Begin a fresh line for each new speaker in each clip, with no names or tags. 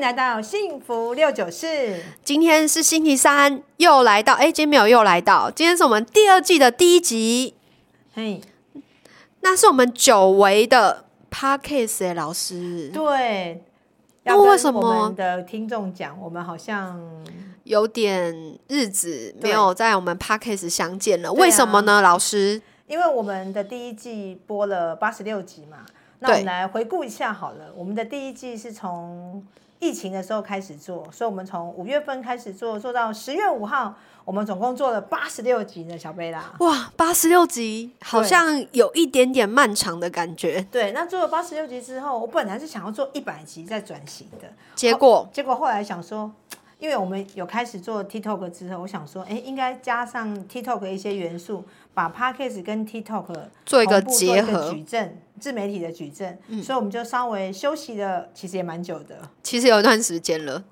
来到幸福六九四，
今天是星期三，又来到，哎，今天没有又来到，今天是我们第二季的第一集，
嘿，
那是我们久违的 podcast 哎、老师，
对。
那
要跟
为什么
我们的听众讲，我们好像
有点日子
对
没有在我们 podcast 相见了，
对啊
为什么呢？老师，
因为我们的第一季播了八十六集嘛，那
对
我们来回顾一下好了。我们的第一季是从疫情的时候开始做，所以我们从五月份开始做，做到十月五号，我们总共做了八十六集呢，小贝拉。
哇，八十六集好
对
像有一点点漫长的感觉，
对，那做了八十六集之后，我本来是想要做一百集再转型的，
结果
结果后来想说，因为我们有开始做 TikTok 之后，我想说，哎，应该加上 TikTok 的一些元素，把 Podcast 跟 TikTok
做一个
同步做一
结
个
合嗯
矩阵，自媒体的矩阵，所以我们就稍微休息了，其实也蛮久的。
其实有一段时间了，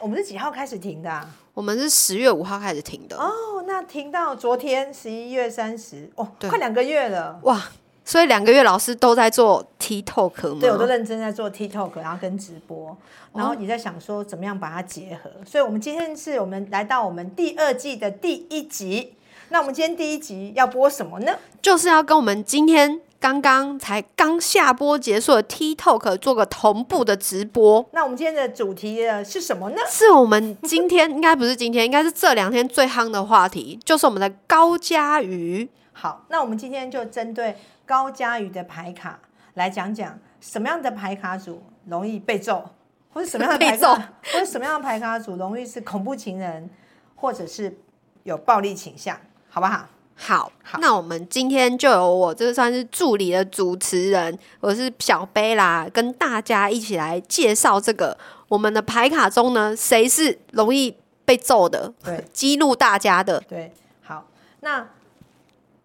我们是几号开始停的、啊？
我们是十月五号开始停的，
哦，那停到昨天十一月三十，哦，
对
快两个月了。
哇，所以两个月老师都在做 TikTok 吗？
对，我都认真在做 TikTok，然后跟直播，然后也在想说怎么样把它结合。所以，我们今天是我们来到我们第二季的第一集。那我们今天第一集要播什么呢？
就是要跟我们今天刚刚才刚下播结束的 TikTok 做个同步的直播。
那我们今天的主题呃是什么呢？
是我们今天应该不是今天，应 该是这两天最夯的话题，就是我们的高嘉瑜。
好，那我们今天就针对高佳宇的牌卡来讲讲什么样的牌卡组容易被揍，或者什么样的牌卡，或者什么样的牌卡组容易是恐怖情人，或者是有暴力倾向，好不好？
好，
好
那我们今天就由我这算是助理的主持人，我是小贝啦，跟大家一起来介绍这个我们的牌卡中呢，谁是容易被揍的，
对，
激怒大家的。
对，好，那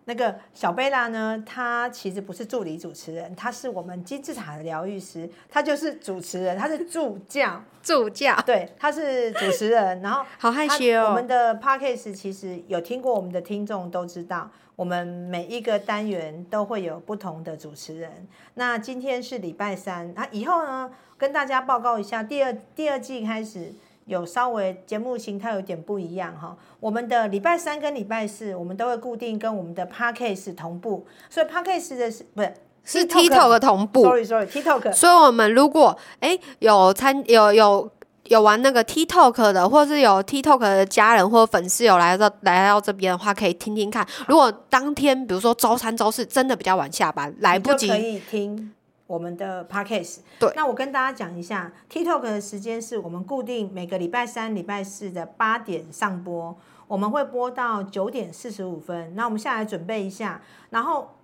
那个小贝拉呢？她其实不是助理主持人，她是我们金字塔的疗愈师，她就是主持人，她是助教，
助教，
对，她是主持人。然后
好害
她
羞哦。
我们的 p a c k a g e 其实有听过我们的听众都知道，我们每一个单元都会有不同的主持人。那今天是礼拜三，那以后呢，跟大家报告一下，第二第二季开始有稍微节目形态有点不一样哈。我们的礼拜三跟礼拜四，我们都会固定跟我们的 p a c k a g e 同步，所以 p a c k a g e 的是不是
是 TikTok 同步。
？Sorry Sorry，TikTok
所以，我们如果哎有参有有有玩那个 TikTok 的，或是有 TikTok 的家人或粉丝有来到来到这边的话，可以听听看。如果当天比如说周三、周四真的比较晚下班，来不
你就可
及，
以听我们的 podcast。
对
那我跟大家讲一下，TikTok 的时间是我们固定每个礼拜三、礼拜四的八点上播，我们会播到九点四十五分。那我们下来准备一下，然后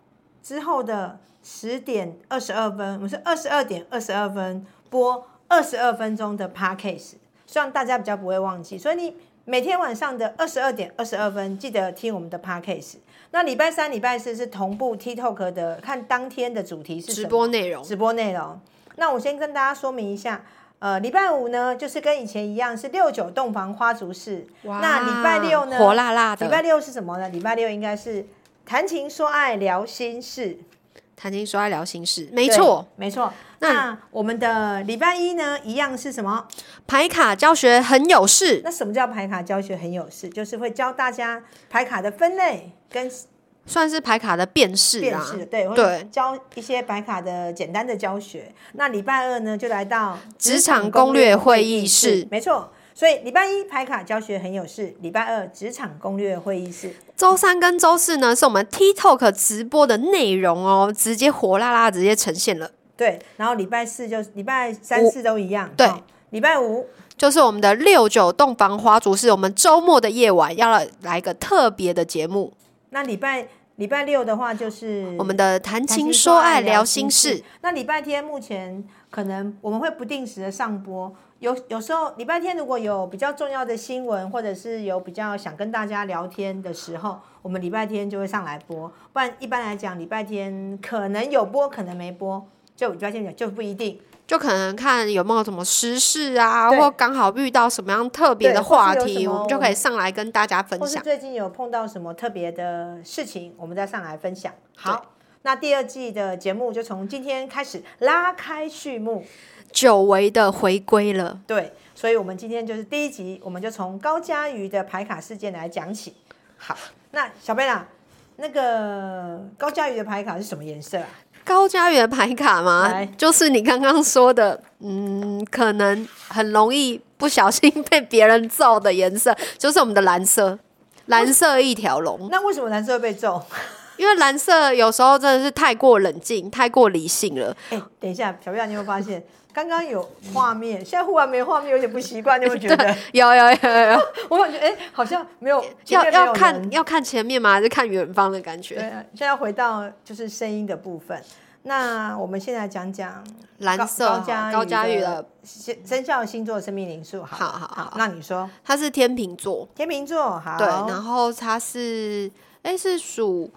之后的十点二十二分，我们是二十二点二十二分播二十二分钟的 podcast，希望大家比较不会忘记。所以你每天晚上的二十二点二十二分，记得听我们的 podcast。那礼拜三、礼拜四是同步 TikTok 的，看当天的主题是什
直
么
播内容
直播内容。那我先跟大家说明一下，呃，礼拜五呢，就是跟以前一样是六九洞房花烛式。
哇
那礼拜六呢？
火辣辣
礼拜
的
六是什么呢？礼拜六应该是谈情说爱聊心事。
谈情说爱聊心事，没错，
对，没错。
那
那我们的礼拜一呢，一样是什么？
牌卡教学很有事，
那什么叫牌卡教学很有事？就是会教大家牌卡的分类跟
算是牌卡的辨识
辨
啊
识，，对，会
对
教一些白卡的简单的教学。那礼拜二呢，就来到
职场攻略会议室
没错。所以礼拜一牌卡教学很有事，礼拜二职场攻略会议室，
周三跟周四呢是我们 TikTok 直播的内容哦，直接火辣辣直接呈现了。
对，然后礼拜四就礼拜三
五
四都一样，
对
哦礼拜五
就是我们的六九洞房花烛，是我们周末的夜晚要来来一个特别的节目，
那礼拜礼拜六的话就是
我们的谈情说爱聊心事。。
那礼拜天目前可能我们会不定时的上播，有有时候礼拜天如果有比较重要的新闻，或者是有比较想跟大家聊天的时候，我们礼拜天就会上来播。不然一般来讲，礼拜天可能有播，可能没播，就礼拜天讲就不一定。
就可能看有没有什么时事啊，
对
或刚好遇到什么样特别的
对或是
话
有
题，
什么
我们就可以上来跟大家分
或是
享。
最近有碰到什么特别的事情，我们再上来分享。好，那第二季的节目就从今天开始拉开序幕。
久违的回归了。
对，所以我们今天就是第一集，我们就从高嘉瑜的排卡事件来讲起。好，那小贝啦，那个高嘉瑜的牌卡是什么颜色啊？
高家园牌卡吗
来？
就是你刚刚说的，嗯，可能很容易不小心被别人揍的颜色，就是我们的蓝色，蓝色一条龙。
那为什么蓝色会被揍？
因为蓝色有时候真的是太过冷静、太过理性了。
哎、等一下，小贝啊，你有没有发现刚刚有画面，现在忽然没画面，有点不习惯，你会觉得，
有有有有有，
我感觉哎、好像没有，前
要
哦面没有
要看
人
要看前面吗？还是看远方的感
对
觉？
啊，现在回到就是声音的部分。那我们现在讲讲
蓝色
高
好
嘉
高嘉
宇
宇
的
的，
生生肖星座生命灵数。好，
好好好
那你说
他是天秤座，
天秤座好，
对，然后他是哎是属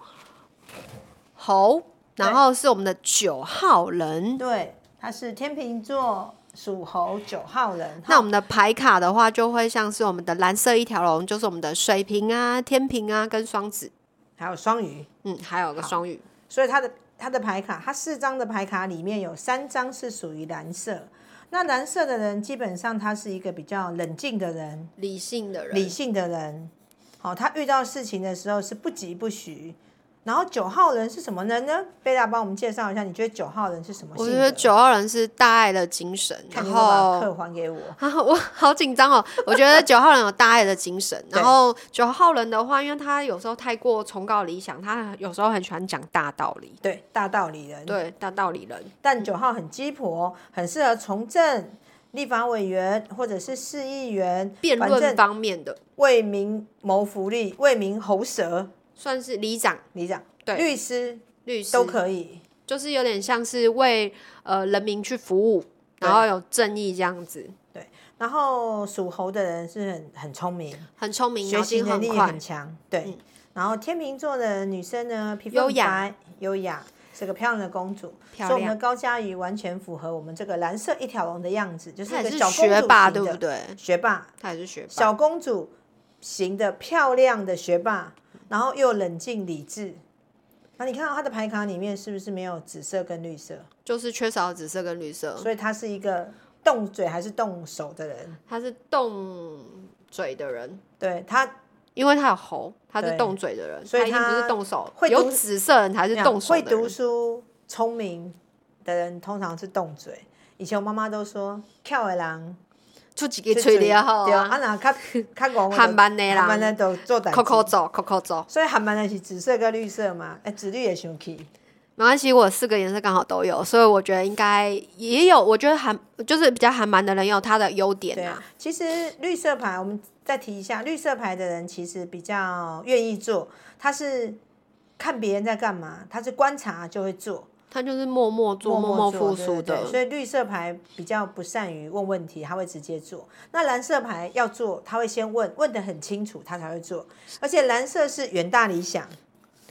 猴，然
对
后是我们的九号人。
对，他是天秤座属猴九号人。
那我们的牌卡的话，就会像是我们的蓝色一条龙，就是我们的水瓶啊、天平啊跟双子，
还有双鱼，
嗯，还有个双鱼，
所以他的他的牌卡，他四张的牌卡里面有三张是属于蓝色。那蓝色的人基本上他是一个比较冷静的人，
理性的人，
理性的人，好、他遇到事情的时候是不急不徐。然后九号人是什么人呢？贝拉帮我们介绍一下，你觉得九号人是什么性
我
格？
觉得九号人是大爱的精神，
看
然
你有没有把
后。
课还给我。
啊，我好紧张哦！我觉得九号人有大爱的精神，
对
然后九号人的话，因为他有时候太过崇高理想，他有时候很喜欢讲大道理，
对，大道理人。
对大道理人，
但九号很鸡婆，很适合从政、立法委员或者是市议员，
辩
反正
论方面的
为民谋福利、为民喉舌。
算是里长、
你讲，
对
律师
律师
都可以。
就是有点像是为呃人民去服务，
对
然后有正义这样子，
然后属猴的人是很很聪明，
很聪明，
学
脑
习
筋
能
很
力也
快嗯
很，强，对。然后天秤座的女生呢，皮肤
优
很
雅
白、优雅，是个漂亮的公主。
漂亮
所以我们的高佳瑜完全符合我们这个蓝色一条龙的样子，就是
她
一
也
个
是
小公主
学霸，
型
对不
的
对？
学霸，
她也是学霸，
小公主型的漂亮的学霸，然后又冷静理智。那你看到她的牌卡里面是不是没有紫色跟绿色？
就是缺少紫色跟绿色，
所以她是一个动嘴还是动手的人？
她是动嘴的人，
对她
因为她有喉，她是
对
动嘴的人，
所以
她一定不
她
是动手
会，读
有紫色人才是
那
动手
会
的
读
人，
书、聪明的人通常是动嘴。以前我妈妈都说，跳的人
出几个嘴的吼
对啊，
啊，
啊那较较戆，
含慢的人
含慢的都做代。
扣扣走，扣扣走，
所以含慢的是紫色跟绿色嘛，哎，紫绿也生气。
没关系，我四个颜色刚好都有，所以我觉得应该也有，我觉得韩就是比较韩蛮的人有他的优点
对
啊
啊，，其实绿色牌我们再提一下，绿色牌的人其实比较愿意做，他是看别人在干嘛，他是观察就会做，
他就是默默做、默默
做
付
对
出
对
的
对。所以绿色牌比较不善于问问题，他会直接做。那蓝色牌要做，他会先问，问得很清楚，他才会做。而且蓝色是远大理想，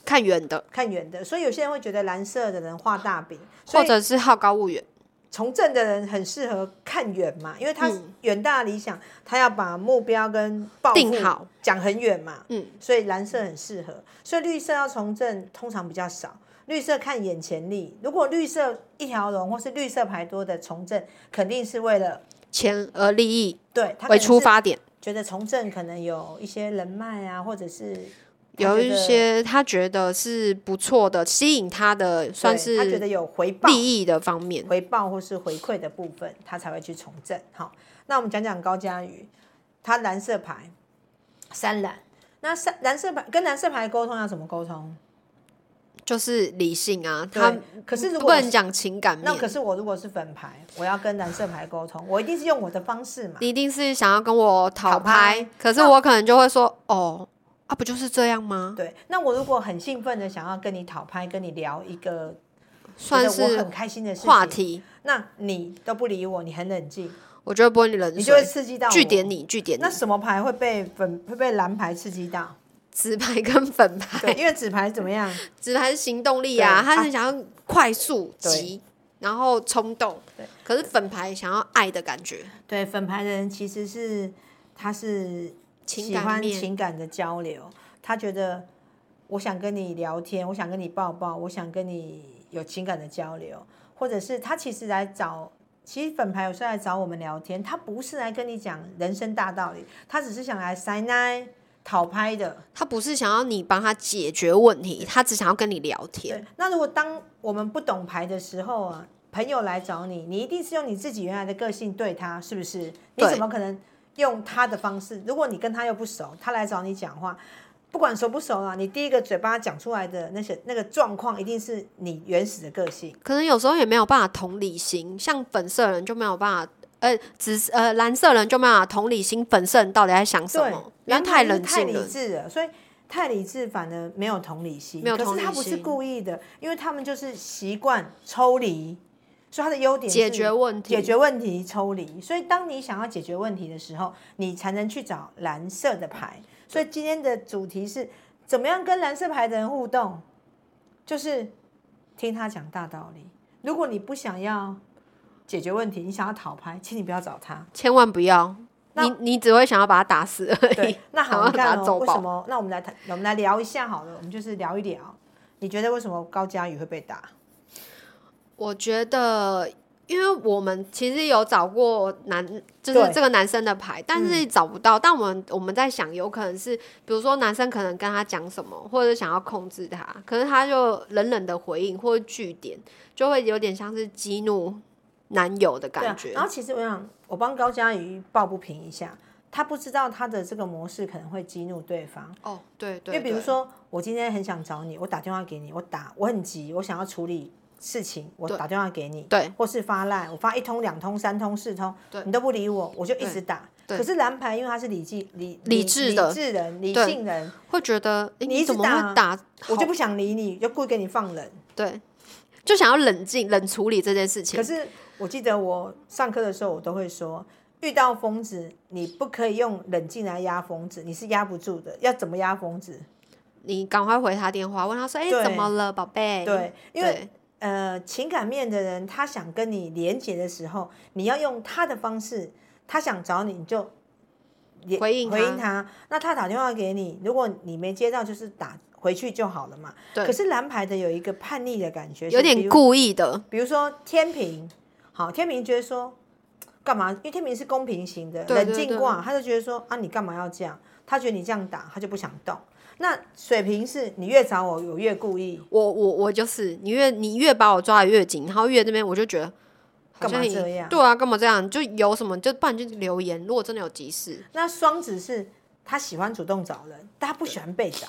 看远的，
看远的，所以有些人会觉得蓝色的人画大饼，所
或
以
者是好高骛远。
从政的人很适合看远嘛，因为他
嗯
远大理想，他要把目标跟抱负
定好
讲很远嘛，
嗯，
所以蓝色很适合，所以绿色要从政通常比较少。绿色看眼前利，如果绿色一条龙或是绿色牌多的从政，肯定是为了
钱而利益
对他可
为
能是
出发点，
觉得从政可能有一些人脉啊，或者是他
有
觉
一
得
些他觉得是不错的，吸引他的
对
算
他觉
是
得有回报
利益的方面。
回报或是回馈的部分，他才会去从政。好，那我们讲讲高嘉瑜，他蓝色牌三蓝，那三蓝色牌跟蓝色牌沟通要怎么沟通？
就是理性啊，他
对，可是如
不
果
能讲情感
那可
面。
是我如果是粉牌，我要跟蓝色牌沟通，我一定是用我的方式嘛。
你一定是想要跟我讨
讨拍
拍，可是我可能就会说，哦，啊，不就是这样吗？
对，那我如果很兴奋的想要跟你讨拍，跟你聊一个觉
算
得我
是
很开心的事情，
话题，
那你都不理我，你很冷静，
我就会泼你冷
你就会
水，
刺激到我
据点。你，据点你
那，什么牌会被粉会被蓝牌刺激到？
直牌跟粉
对，
牌，
因为紫牌怎么样？
直牌是行动力啊，
对
他
啊
是想要快速、急，然后冲动
对。
可是粉牌想要爱的感觉，
对，粉牌的人其实是他是
情
喜
感
欢
面
情感的交流，他觉得我想跟你聊天，我想跟你抱抱，我想跟你有情感的交流，或者是他其实来找其实粉牌有时候来找我们聊天，他不是来跟你讲人生大道理，他只是想来塞奶讨拍的。
他不是想要你帮他解决问题，他只想要跟你聊天。
对，那如果当我们不懂牌的时候啊，朋友来找你，你一定是用你自己原来的个性对他，是不是？你
对
怎么可能用他的方式？如果你跟他又不熟，他来找你讲话，不管熟不熟啊，你第一个嘴巴讲出来的那些那个状况，一定是你原始的个性。
可能有时候也没有办法同理心，像粉色人就没有办法，呃，紫呃蓝色人就没有办法同理心，粉色人到底在想什
对
么？，因为
太
太冷
太
静
理
了。
智了，所以太理智反而没有同理心。
没有
可
同
是
理
他不是
心
故意的，因为他们就是习惯抽离，所以他的优点
解
是
决问题，
解决问题抽离。所以当你想要解决问题的时候，你才能去找蓝色的牌。所以今天的主题是怎么样跟蓝色牌的人互动，就是听他讲大道理。如果你不想要解决问题，你想要讨牌，请你不要找他。
千万不要，你你只会想要把他打死而已
对。， 那好，
想要
你
把
看
他
哦，
揍
为什
爆。
么？那我们来谈，我们来聊一下好了，我们就是聊一聊，你觉得为什么高佳宇会被打？
我觉得，因为我们其实有找过男，就是
对嗯
这个男生的牌，但是找不到。但我们我们在想，有可能是，比如说男生可能跟他讲什么，或者想要控制他，可是他就冷冷的回应或者据点，就会有点像是激怒男友的感
对啊
觉。
然后其实我想，我帮高佳宇抱不平一下，他不知道他的这个模式可能会激怒对方。
哦，对
因
对，
为比如
对，
说，我今天很想找你，我打电话给你，我打，我很急，我想要处理事情，我打电话给你，
对，
或是发赖，我发一通、两通、三通、四通，你都不理我，我就一直打。
对
可是蓝牌，因为他是理智、理
理智的
理智人、理
对
性人，
会觉得诶
你一直
怎么会打？
我就不想理你，就故意给你放冷。
对，就想要冷静冷处理这件事情
可。是我记得我上课的时候，我都会说，遇到疯子，你不可以用冷静来压疯子，你是压不住的。要怎么压疯子？
你赶快回他电话，问他说：“哎、
对
怎么了，宝贝？”
对，因为
对
呃，情感面的人，他想跟你连接的时候，你要用他的方式，他想找你，你就也
回应他
回应他。那他打电话给你，如果你没接到，就是打回去就好了嘛。
对
可是蓝牌的有一个叛逆的感觉，
有
是比
点
如
故意的，
比如说天平，好，天平觉得说干嘛？因为天平是公平型的，
对对
冷静
对
卦，他就觉得说啊，你干嘛要这样？他觉得你这样打，他就不想动。那水瓶是你越找我，我越故意，
我我我就是，你越你越把我抓的越紧，然后越那边我就觉得好
干嘛
像也
这样？
对啊，干嘛这样？就有什么就不然就留言，如果真的有急事，
那双子是他喜欢主动找人，但他不喜欢被找。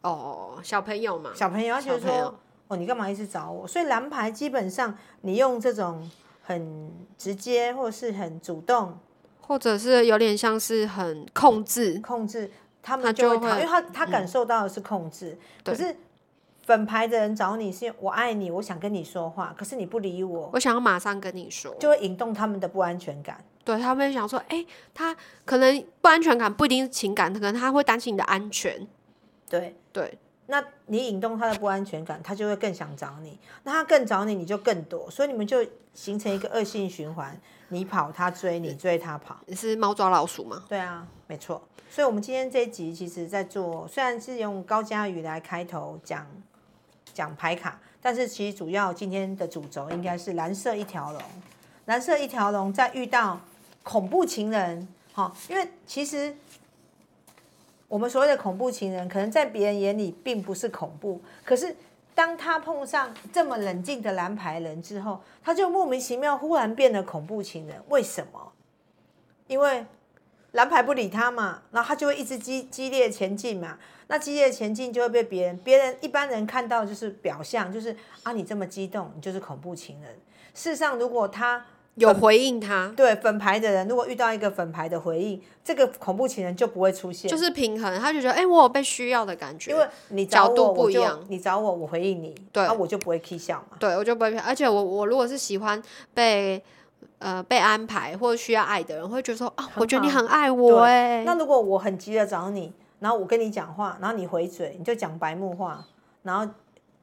哦，小朋友嘛，
小朋友他觉得
小朋友
说哦，你干嘛一直找我？所以蓝牌基本上你用这种很直接或是很主动
或者是有点像是很控制，
控制，他
他
们就会
就会嗯
讨，因为他他感受到的是控制，可是粉牌的人找你是我爱你，我想跟你说话，可是你不理我，
我想要马上跟你说，
就会引动他们的不安全感。
对他们想说，哎、他可能不安全感不一定是情感，可能他会担心你的安全，
对，
对
那你引动他的不安全感，他就会更想找你，那他更找你，你就更躲，所以你们就形成一个恶性循环，你跑他追，你追他跑。
你是猫抓老鼠嘛？
对啊，没错。所以，我们今天这一集其实在做，虽然是用高佳宇来开头讲讲牌卡，但是其实主要今天的主轴应该是蓝色一条龙。蓝色一条龙在遇到恐怖情人，哈、因为其实我们所谓的恐怖情人，可能在别人眼里并不是恐怖，可是。当他碰上这么冷静的蓝牌人之后，他就莫名其妙忽然变得恐怖情人，为什么？因为蓝牌不理他嘛，然后他就会一直激激烈前进嘛。那激烈前进就会被别人，别人一般人看到就是表象，就是啊你这么激动，你就是恐怖情人。事实上，如果他
有回应他，
对粉牌的人，如果遇到一个粉牌的回应，这个恐怖情人就不会出现，
就是平衡，他就觉得，哎、我有被需要的感觉，
因为你找
角
我，
度不
我
一
就
样
你找我，我回应你，
对
啊，我就不会 k 笑嘛。
对，我就不会骗。而且我我如果是喜欢被呃被安排或需要爱的人，会觉得说啊，我觉得你
好
很爱我哎、
那如果我很急的找你，然后我跟你讲话，然后你回嘴，你就讲白目话，然后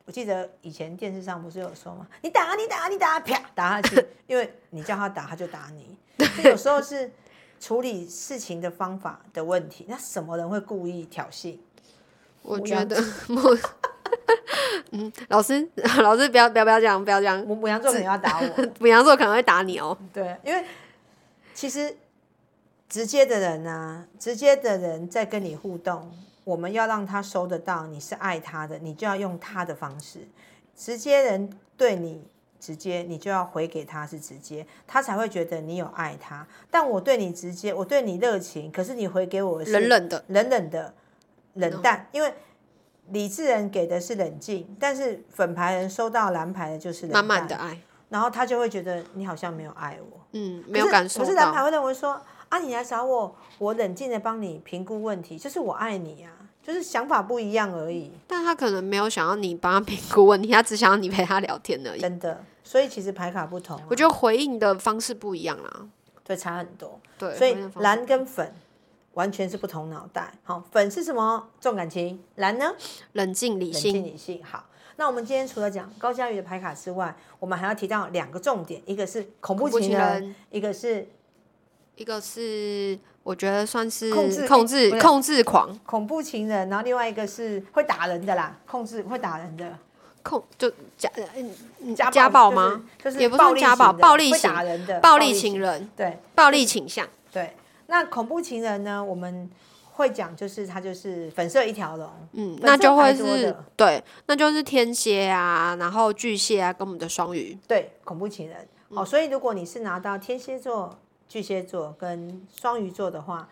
我记得以前电视上不是有说吗？你打啊你打啊你打啊，啪打下去， 因为你叫他打，他就打你。所以有时候是处理事情的方法的问题。那什么人会故意挑衅？
我
我
觉
要
得我嗯，老师，老师不要不要不要这样，不要这样，
母母羊座没有要打我，
母羊座可能会打你哦。
对，因为其实直接的人啊，直接的人在跟你互动，我们要让他收得到你是爱他的，你就要用他的方式。直接人对你直接，你就要回给他是直接，他才会觉得你有爱他。但我对你直接，我对你热情，可是你回给我的是
冷冷的，
冷冷的、冷淡，因为理智人给的是冷静，但是粉牌人收到蓝牌的就是冷淡，
满满的爱，
然后他就会觉得你好像没有爱我，
嗯，没有感受
可是蓝牌
到，
会认为说啊，你来找我，我冷静的帮你评估问题，就是我爱你啊，就是想法不一样而已，
但他可能没有想要你帮他评估问题，他只想要你陪他聊天而已。
真的。所以其实牌卡不同啊、
嗯我觉得回应的方式不一样啦，
对差很多。
对，
所以
回应的方式
蓝跟粉完全是不同脑袋。好，粉是什么？重感情，蓝呢？
冷静理
冷
性，
静理性。好，那我们今天除了讲高佳瑜的牌卡之外，我们还要提到两个重点，一个是恐怖
恐怖
情
情
人，
人
一个是
一个是我觉得算是
控制
控
不
制
是
控制狂，
恐怖情人，然后另外一个是会打人的啦，控制会打人的
控就家嗯嗯
家暴
家暴
就是
吗？？
就是
也不算
力
家暴
型的
暴力
会
型
打人的
暴力情。人，
对
暴力倾向，
对，那恐怖情人呢？我们会讲，就是他就是粉色一条龙，
嗯，
本
那
色
就会
还多
是
的
对，那就是天蝎啊，然后巨蟹啊，跟我们的双鱼，
对，恐怖情人。好、所以如果你是拿到天蝎座、巨蟹座跟双鱼座的话，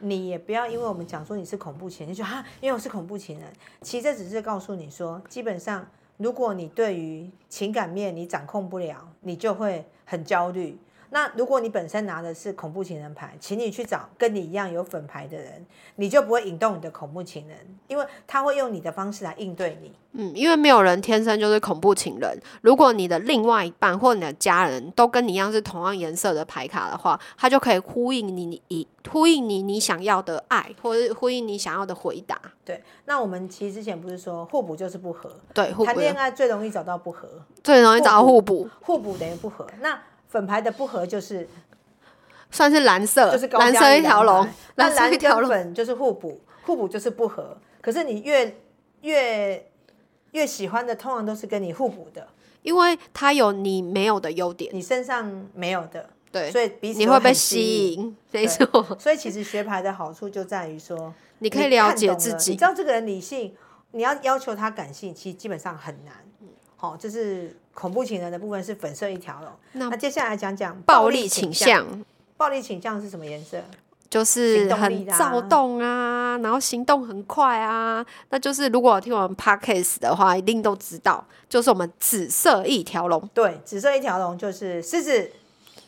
你也不要因为我们讲说你是恐怖情人，就说哈，因为我是恐怖情人。其实这只是告诉你说，基本上如果你对于情感面你掌控不了，你就会很焦虑。那如果你本身拿的是恐怖情人牌，请你去找跟你一样有粉牌的人，你就不会引动你的恐怖情人，因为他会用你的方式来应对你。
嗯，因为没有人天生就是恐怖情人。如果你的另外一半或你的家人都跟你一样是同样颜色的牌卡的话，它就可以呼应你你你呼应你你想要的爱，或是呼应你想要的回答。
对，那我们其实之前不是说互补就是不合，
对，互
谈
补
恋爱最容易找到不合，
最容易找到互补，
互补等于不合。那粉牌的不合就是
算是蓝色，
就是高
蓝
加
色
力
一条龙
牌，那
蓝色
蓝
一条
跟
龙。
粉就是互补，互补就是不合。可是你越越越喜欢的，通常都是跟你互补的，
因为它有你没有的优点，
你身上没有的，
对，
所以彼此
你
都
会被
很
吸
吸。
引，没错，
所以其实学牌的好处就在于说，
你可以了
看
解
懂
自
了你
己
知。道这个人理性，你要要求他感性，其实基本上很难。好、这是恐怖情人的部分是粉色一条龙。
那
那接下来讲讲
暴力倾
向。
向
暴力倾向是什么颜色？
就
行
是
动力
很
啦
躁动啊，然后行动很快啊，那就是如果有听我们 podcast 的话，一定都知道，就是我们紫色一条龙，
对，紫色一条龙就是狮子、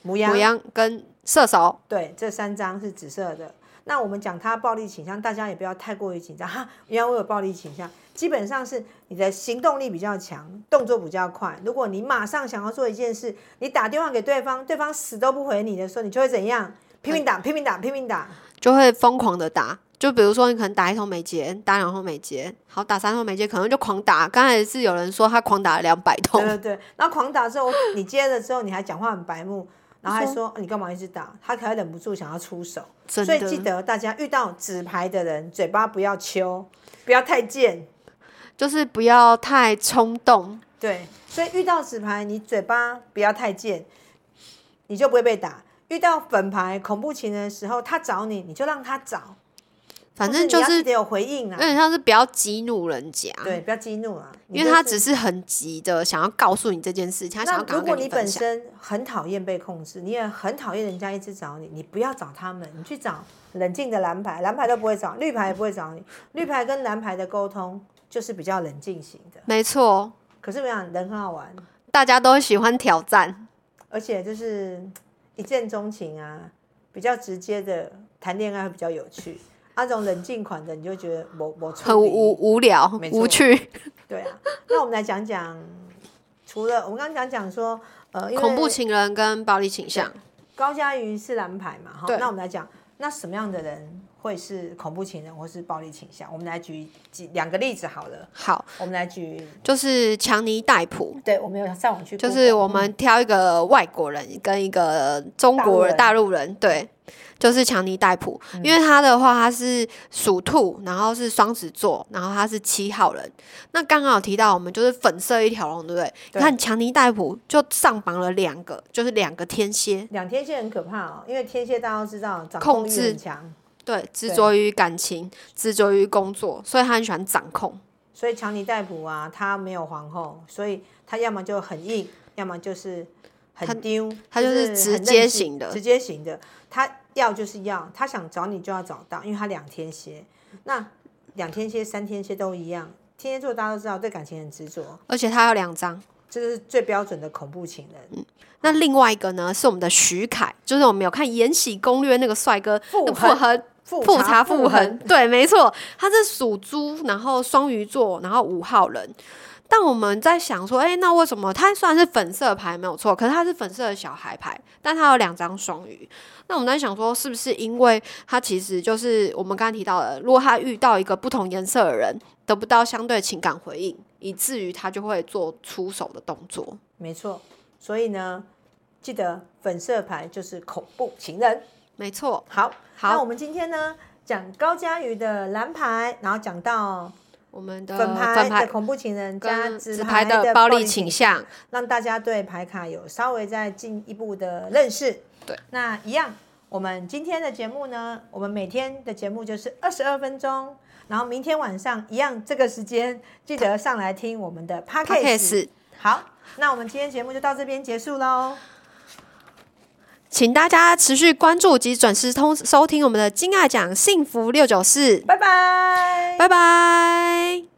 母羊。
母羊跟射手，
对，这三张是紫色的。那我们讲它暴力倾向，大家也不要太过于紧张哈。原来我有暴力倾向，基本上是你的行动力比较强，动作比较快。如果你马上想要做一件事，你打电话给对方，对方死都不回你的时候，你就会怎样？拼命打，拼命打，拼命 打。
就会疯狂的打。就比如说，你可能打一通没接，打两通没接，好打三通没接，可能就狂打。刚才是有人说他狂打了两百
对
通，
对对，然后狂打之后，你接了之后，你还讲话很白目，然后还说你干嘛一直打？他可能忍不住想要出手。
真
所以记
的
得大家遇到纸牌的人，嘴巴不要秋，不要太贱。
就是不要太冲动。
对，所以遇到纸牌，你嘴巴不要太贱，你就不会被打。遇到粉牌恐怖情人的时候，他找你，你就让他找，
反正就
或你要
是
记得有回应
有
啊。
点像是不要激怒人家，
对，不要激怒啊，
因为他
你就
只是很急的想要告诉你这件事情，他想
那
要赶
如
快
果
跟
你
分
本
享。
身很讨厌被控制，你也很讨厌人家一直找你，你不要找他们，你去找冷静的蓝牌，蓝牌都不会找，绿牌也不会找你。绿牌跟蓝牌的沟通就是比较冷静型的。
没错，
可是我想人很好玩，
大家都喜欢挑战，
而且就是嗯一见钟情啊，比较直接的谈恋爱会比较有趣。那、种冷静款的，你就觉得某某
很无无聊
没、错
无趣。
对啊。那我们来讲讲，除了我们刚刚讲讲说，呃，因为
恐怖情人跟暴力倾向，
高佳瑜是蓝牌嘛，哈
对，
那我们来讲，那什么样的人会是恐怖情人或是暴力倾向。我们来举几两个例子好了，
好，
我们来举，
就是强尼戴普，
对我们有上网去 Google，嗯，
就是我们挑一个外国人跟一个中国人、
大
大陆人，嗯对，就是强尼戴普，因为他的话他是属兔，然后是双子座，然后他是七号人。那刚刚有提到我们就是粉色一条龙，对不对？
对
你看强尼戴普就上榜了两个，就是两个天蝎，
两天蝎很可怕哦，因为天蝎大家都知道掌
控
控欲
制
很强，
对，执着于感情，执着于工作，所以他很喜欢掌控。
所以强尼戴普啊，他没有皇后，所以他要么就很硬，要么就是
他
很丢，
他就是
很
直
任
接
性
型的
直接型的，他要就是要，他想找你就要找到，因为他两天蝎，那两天蝎、三天蝎都一样，天蝎座大家都知道对感情很执着，
而且他有两张。
这就是最标准的恐怖情
嗯
人，
那另外一个呢，是我们的徐凯，就是我们有看《延禧攻略》那个帅哥，
傅
那
恒
恒
复
复查
复
复
恒
恒，，对，没错，他是属猪，然后双鱼座，然后五号人。但我们在想说，哎、那为什么他虽然是粉色牌没有错，可是他是粉色的小孩牌，但他有两张双鱼。那我们在想说，是不是因为他其实就是我们刚才提到的，如果他遇到一个不同颜色的人，得不到相对情感回应，以至于他就会做出手的动作。
没错，所以呢，记得粉色牌就是恐怖情人。
没错，
好，
好
那我们今天呢讲高佳瑜的蓝牌，然后讲到
我们的
粉牌
粉牌
的恐怖情人加
跟
紫
紫
牌
牌
的
的
暴
暴
力
力
倾
倾
向，
向。
让大家对牌卡有稍微再进一步的认识。
对，
那一样，我们今天的节目呢，我们每天的节目就是二十二分钟，然后明天晚上一样这个时间记得上来听我们的
p o d c a
podcast。
s
好，那我们今天节目就到这边结束喽。
请大家持续关注及准时通收听我们的金爱奖幸福六九四，
拜拜。
拜拜。